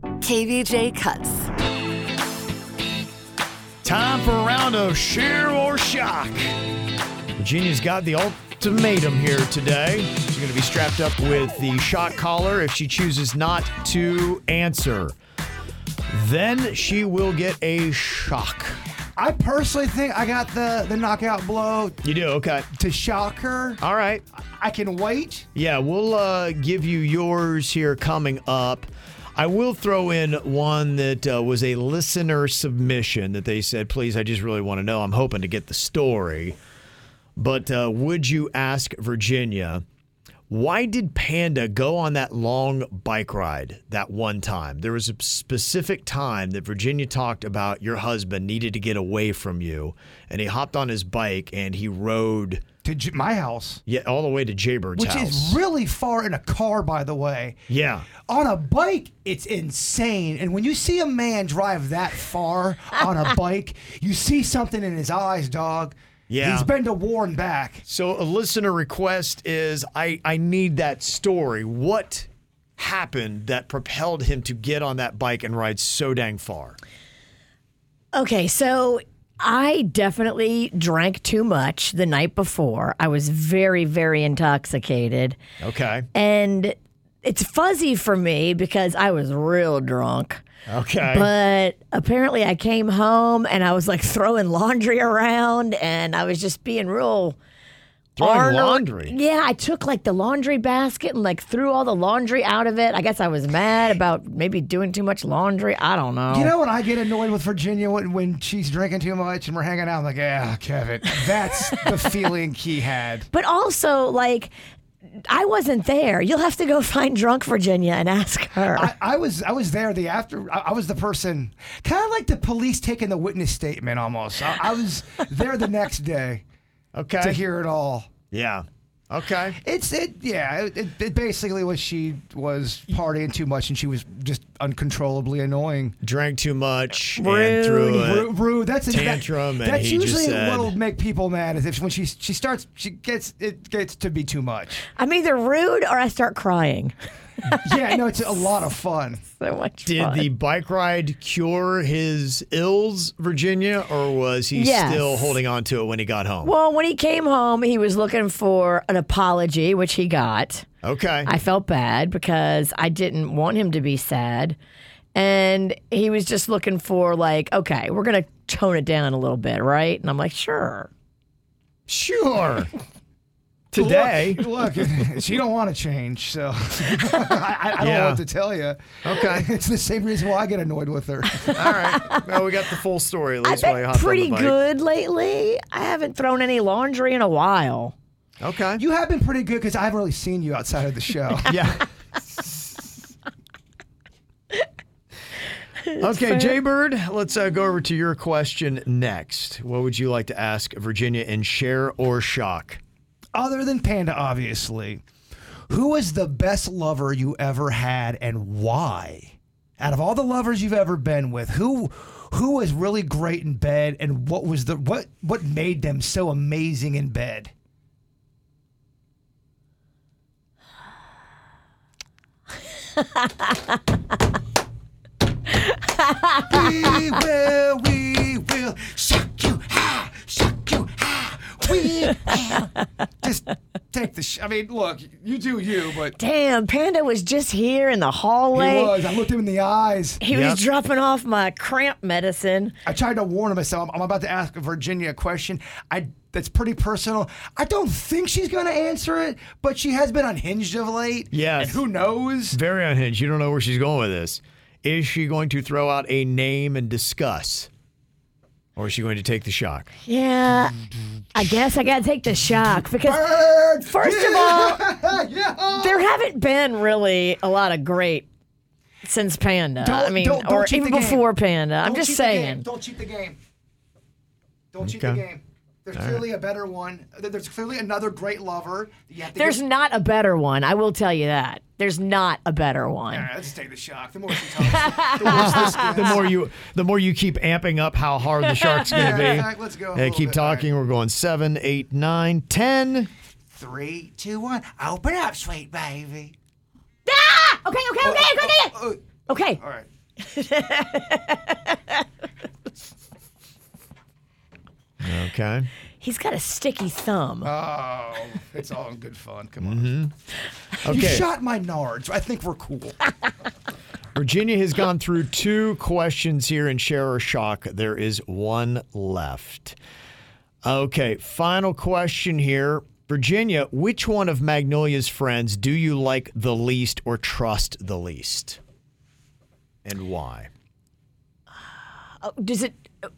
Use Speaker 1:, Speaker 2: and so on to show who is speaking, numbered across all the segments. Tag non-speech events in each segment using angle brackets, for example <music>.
Speaker 1: KVJ Cuts.
Speaker 2: Time for a round of share or shock. Virginia's got the ultimatum here today. She's going to be strapped up with the shock collar if she chooses not to answer. Then she will get a shock.
Speaker 3: I personally think I got the the knockout blow
Speaker 2: You do, okay.
Speaker 3: to shock her.
Speaker 2: All right.
Speaker 3: I can wait.
Speaker 2: Yeah, we'll uh, give you yours here coming up. I will throw in one that uh, was a listener submission that they said, please, I just really want to know. I'm hoping to get the story. But uh, would you ask Virginia, why did Panda go on that long bike ride that one time? There was a specific time that Virginia talked about your husband needed to get away from you, and he hopped on his bike and he rode
Speaker 3: To j- my house,
Speaker 2: yeah, all the way to Jaybird's
Speaker 3: which
Speaker 2: house.
Speaker 3: is really far in a car, by the way.
Speaker 2: yeah.
Speaker 3: On a bike, it's insane. And when you see a man drive that far on a bike, you see something in his eyes, dog.
Speaker 2: Yeah.
Speaker 3: He's been to war and back.
Speaker 2: So a listener request is I, I need that story. What happened that propelled him to get on that bike and ride so dang far?
Speaker 4: Okay, so I definitely drank too much the night before. I was very, very intoxicated.
Speaker 2: Okay.
Speaker 4: And it's fuzzy for me because I was real drunk.
Speaker 2: Okay.
Speaker 4: But apparently, I came home and I was like throwing laundry around and I was just being real.
Speaker 2: Throwing
Speaker 4: arno-
Speaker 2: laundry.
Speaker 4: Yeah, I took like the laundry basket and like threw all the laundry out of it. I guess I was mad about maybe doing too much laundry. I don't know.
Speaker 3: You know when I get annoyed with Virginia when, when she's drinking too much and we're hanging out, I'm like, yeah, Kevin, that's the feeling he had.
Speaker 4: But also, like, I wasn't there. You'll have to go <laughs> find drunk Virginia and ask her.
Speaker 3: I, I was I was there the after I, I was the person kind of like the police taking the witness statement almost. I, I was there the next day
Speaker 2: Okay.
Speaker 3: to hear it all.
Speaker 2: Yeah. Okay.
Speaker 3: It's it yeah it, it- it basically was she was partying too much and she was just uncontrollably annoying.
Speaker 2: Drank too much and threw it.
Speaker 3: Rude, rude. That's that-
Speaker 2: tantrum and
Speaker 3: that's
Speaker 2: he just
Speaker 3: usually
Speaker 2: said-
Speaker 3: what'll make people mad is if when she she starts she gets it gets to be too much.
Speaker 4: I'm either rude or I start crying. <laughs>
Speaker 3: Yeah, no, it's a lot of fun.
Speaker 4: So much
Speaker 2: Did
Speaker 4: fun.
Speaker 2: the bike ride cure his ills, Virginia, or was he
Speaker 4: Yes.
Speaker 2: still holding on to it when he got home?
Speaker 4: well, when he came home, he was looking for an apology, which he got.
Speaker 2: okay.
Speaker 4: I felt bad because I didn't want him to be sad. And he was just looking for, like, okay, we're going to tone it down a little bit, right? And I'm like, sure. <laughs>
Speaker 2: sure. Today.
Speaker 3: Look, look, <laughs> she don't want to change, so <laughs> I, I don't
Speaker 2: Yeah.
Speaker 3: know what to tell you.
Speaker 2: Okay.
Speaker 3: <laughs> It's the same reason why I get annoyed with her.
Speaker 2: All right. Well, we got the full story at
Speaker 4: I've
Speaker 2: least while you
Speaker 4: been
Speaker 2: hopped on the
Speaker 4: pretty
Speaker 2: bike.
Speaker 4: good lately. I haven't thrown any laundry in a while.
Speaker 2: Okay.
Speaker 3: You have been pretty good because I haven't really seen you outside of the show.
Speaker 2: <laughs>
Speaker 3: <laughs>
Speaker 2: Yeah. okay, Jaybird, let's uh, go over to your question next. What would you like to ask Virginia in share or shock?
Speaker 3: Other than Panda, obviously, who was the best lover you ever had and why? Out of all the lovers you've ever been with, who who was really great in bed and what was the what what made them so amazing in bed? we will, we will shock you high, shock you high. We will. Just take the. Sh- I mean, look, you do you,
Speaker 4: <laughs>
Speaker 3: but
Speaker 4: Damn, Panda was just here in the hallway.
Speaker 3: he was. I looked him in the eyes.
Speaker 4: He
Speaker 2: Yep.
Speaker 4: was dropping off my cramp medicine.
Speaker 3: I tried to warn him. I said, I'm, I'm about to ask Virginia a question. I that's pretty personal. I don't think she's going to answer it, but she has been unhinged of late.
Speaker 2: Yes.
Speaker 3: And who knows?
Speaker 2: Very unhinged. You don't know where she's going with this. Is she going to throw out a name and discuss? Or is she going to take the shock?
Speaker 4: Yeah, I guess I gotta take the shock because
Speaker 3: Bird.
Speaker 4: first of all,
Speaker 3: <laughs> yeah.
Speaker 4: there haven't been really a lot of great since Panda. I
Speaker 3: Don't-
Speaker 4: mean,
Speaker 3: don't- don't
Speaker 4: or
Speaker 3: cheat
Speaker 4: even
Speaker 3: the game.
Speaker 4: before Panda. I'm
Speaker 3: Don't
Speaker 4: just
Speaker 3: cheat the game.
Speaker 4: saying.
Speaker 3: Don't cheat the game. Don't cheat the
Speaker 2: Okay.
Speaker 3: game. There's clearly a better one. There- There's clearly another great lover. You have to
Speaker 4: There's
Speaker 3: give-
Speaker 4: not a better one. I will tell you that. There's not a better
Speaker 3: All
Speaker 4: one.
Speaker 3: right, <laughs> let's just take the shock. The more she
Speaker 4: <laughs>
Speaker 3: talks, the worse this gets.
Speaker 2: The more you, the more you keep amping up how hard the shark's going to
Speaker 3: Yeah,
Speaker 2: be.
Speaker 3: <laughs> all right, let's go a
Speaker 2: Yeah,
Speaker 3: little
Speaker 2: keep
Speaker 3: bit.
Speaker 2: talking. We're going seven, eight, nine, ten.
Speaker 3: Three, two, one. Open up, sweet baby.
Speaker 4: Ah! Okay, okay, okay, okay, okay.
Speaker 3: Oh,
Speaker 4: Okay.
Speaker 3: all right.
Speaker 2: Okay.
Speaker 4: He's got a sticky thumb.
Speaker 3: Oh, it's all in good fun. Come on. You
Speaker 2: Mm-hmm. Okay.
Speaker 3: shot my nards. I think we're cool.
Speaker 2: Virginia has gone through two questions here in Share or Shock. There is one left. Okay, final question here. Virginia, which one of Magnolia's friends do you like the least or trust the least? And why?
Speaker 4: Oh, Does it?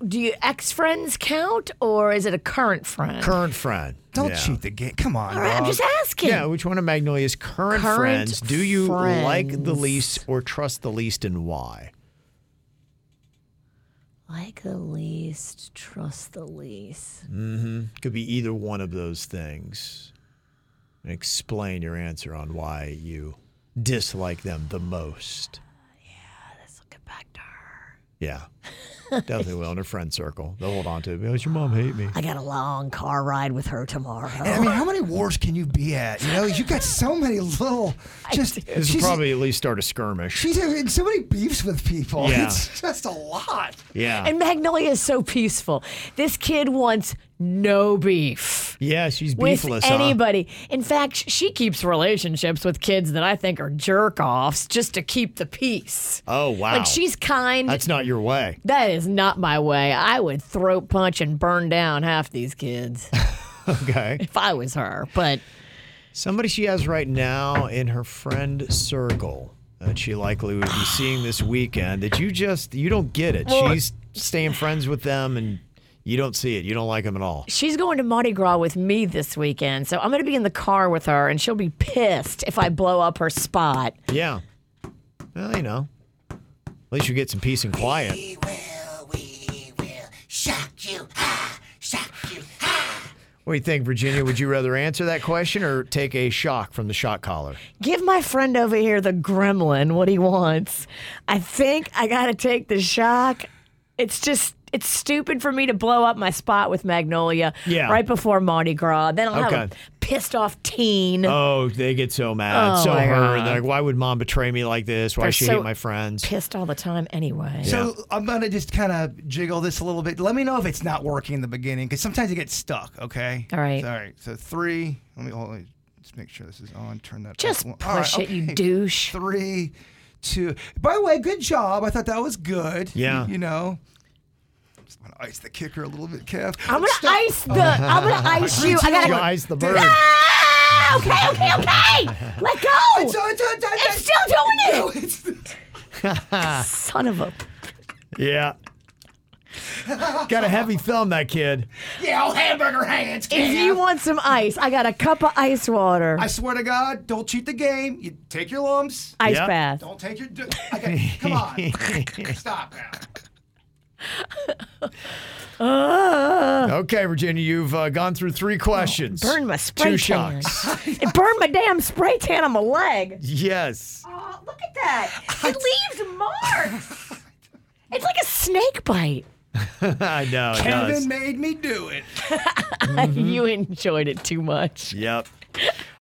Speaker 4: Do you ex friends count, or is it a current friend?
Speaker 2: Current friend.
Speaker 3: Don't
Speaker 2: Yeah.
Speaker 3: cheat the game. Come on.
Speaker 4: All right, I'm just asking.
Speaker 2: Yeah, which one of Magnolia's current,
Speaker 4: Current
Speaker 2: friends do you like the
Speaker 4: friends.
Speaker 2: least or trust the least and why?
Speaker 4: Like the least, trust the least.
Speaker 2: Could be either one of those things. Explain your answer on why you dislike them the most.
Speaker 4: Let's get back to her. <laughs>
Speaker 2: Yeah. Definitely will in her friend circle. They'll hold on to it. Oh, does your mom hate me?
Speaker 4: I got a long car ride with her tomorrow.
Speaker 3: I mean, how many wars can you be at? You know, you got so
Speaker 4: <laughs>
Speaker 3: many little just.
Speaker 2: This will
Speaker 3: she's-
Speaker 2: probably at least start a skirmish.
Speaker 3: She's having so many beefs with people.
Speaker 2: Yeah.
Speaker 3: It's just a lot.
Speaker 2: Yeah.
Speaker 4: And Magnolia is so peaceful. This kid wants no beef.
Speaker 2: yeah, she's
Speaker 4: With
Speaker 2: beefless. huh?
Speaker 4: anybody. In fact, sh- she keeps relationships with kids that I think are jerk offs just to keep the peace.
Speaker 2: Oh, wow.
Speaker 4: Like she's kind.
Speaker 2: That's not your way. <laughs>
Speaker 4: that is not my way. I would throat punch and burn down half these kids
Speaker 2: Okay.
Speaker 4: if I was her. But
Speaker 2: Somebody she has right now in her friend circle that she likely would be seeing this weekend that you just you don't get it. She's staying friends with them and you don't see it. You don't like them at all.
Speaker 4: she's going to Mardi Gras with me this weekend. So I'm going to be in the car with her and she'll be pissed if I blow up her spot.
Speaker 2: Yeah. Well, you know. At least you get some peace and quiet.
Speaker 5: We will, we will shock you, ha, shock you, ha.
Speaker 2: What do you think, Virginia? Would you rather answer that question or take a shock from the shock collar?
Speaker 4: Give my friend over here the gremlin what he wants. I think I got to take the shock. It's just. It's stupid for me to blow up my spot with Magnolia
Speaker 2: Yeah.
Speaker 4: right before Mardi Gras. Then I'll have
Speaker 2: Okay.
Speaker 4: a pissed off teen.
Speaker 2: Oh, they get so mad.
Speaker 4: Oh,
Speaker 2: so
Speaker 4: my
Speaker 2: hurt.
Speaker 4: God.
Speaker 2: They're like, why would mom betray me like this? Why
Speaker 4: They're
Speaker 2: does she
Speaker 4: so
Speaker 2: hate my friends?
Speaker 4: Pissed all the time anyway.
Speaker 2: Yeah.
Speaker 3: So I'm gonna just kind of jiggle this a little bit. Let me know if it's not working in the beginning, because sometimes it gets stuck. Okay.
Speaker 4: All right.
Speaker 3: All right. So three. Let me hold. Let's make sure this is on. Turn that.
Speaker 4: Just
Speaker 3: off.
Speaker 4: push
Speaker 3: All right,
Speaker 4: it, you
Speaker 3: okay.
Speaker 4: douche.
Speaker 3: Three, two. By the way, good job. I thought that was good.
Speaker 2: Yeah.
Speaker 3: You, know. Just want to ice the kicker a little bit, Kev.
Speaker 4: I'm gonna ice the. I'm gonna ice you. I
Speaker 2: You
Speaker 4: gotta.
Speaker 2: eyes the bird.
Speaker 4: Ah, okay, okay, okay. Let go.
Speaker 3: It's, it's, it's,
Speaker 4: It's
Speaker 3: it's,
Speaker 4: still doing it.
Speaker 3: it's,
Speaker 4: Son of a. <laughs>
Speaker 2: Yeah. Got a heavy thumb, that kid.
Speaker 3: yeah, old hamburger hands.
Speaker 4: If
Speaker 3: Kev.
Speaker 4: you want some ice, I got a cup of ice water.
Speaker 3: I swear to God, don't cheat the game. You take your lumps.
Speaker 4: Ice
Speaker 2: Yeah.
Speaker 4: bath.
Speaker 3: Don't take your. d- I got, come on. Stop now.
Speaker 2: Okay, Virginia, you've uh, gone through three questions.
Speaker 4: Oh, Burn my spray
Speaker 2: Two
Speaker 4: tan. <laughs>
Speaker 2: shocks.
Speaker 4: it burned my damn spray tan on my leg.
Speaker 2: Yes. <laughs>
Speaker 4: Oh, look at that. It leaves marks. It's like a snake bite.
Speaker 2: I know. It
Speaker 3: Kevin
Speaker 2: does.
Speaker 3: made me do it.
Speaker 4: you enjoyed it too much.
Speaker 2: Yep.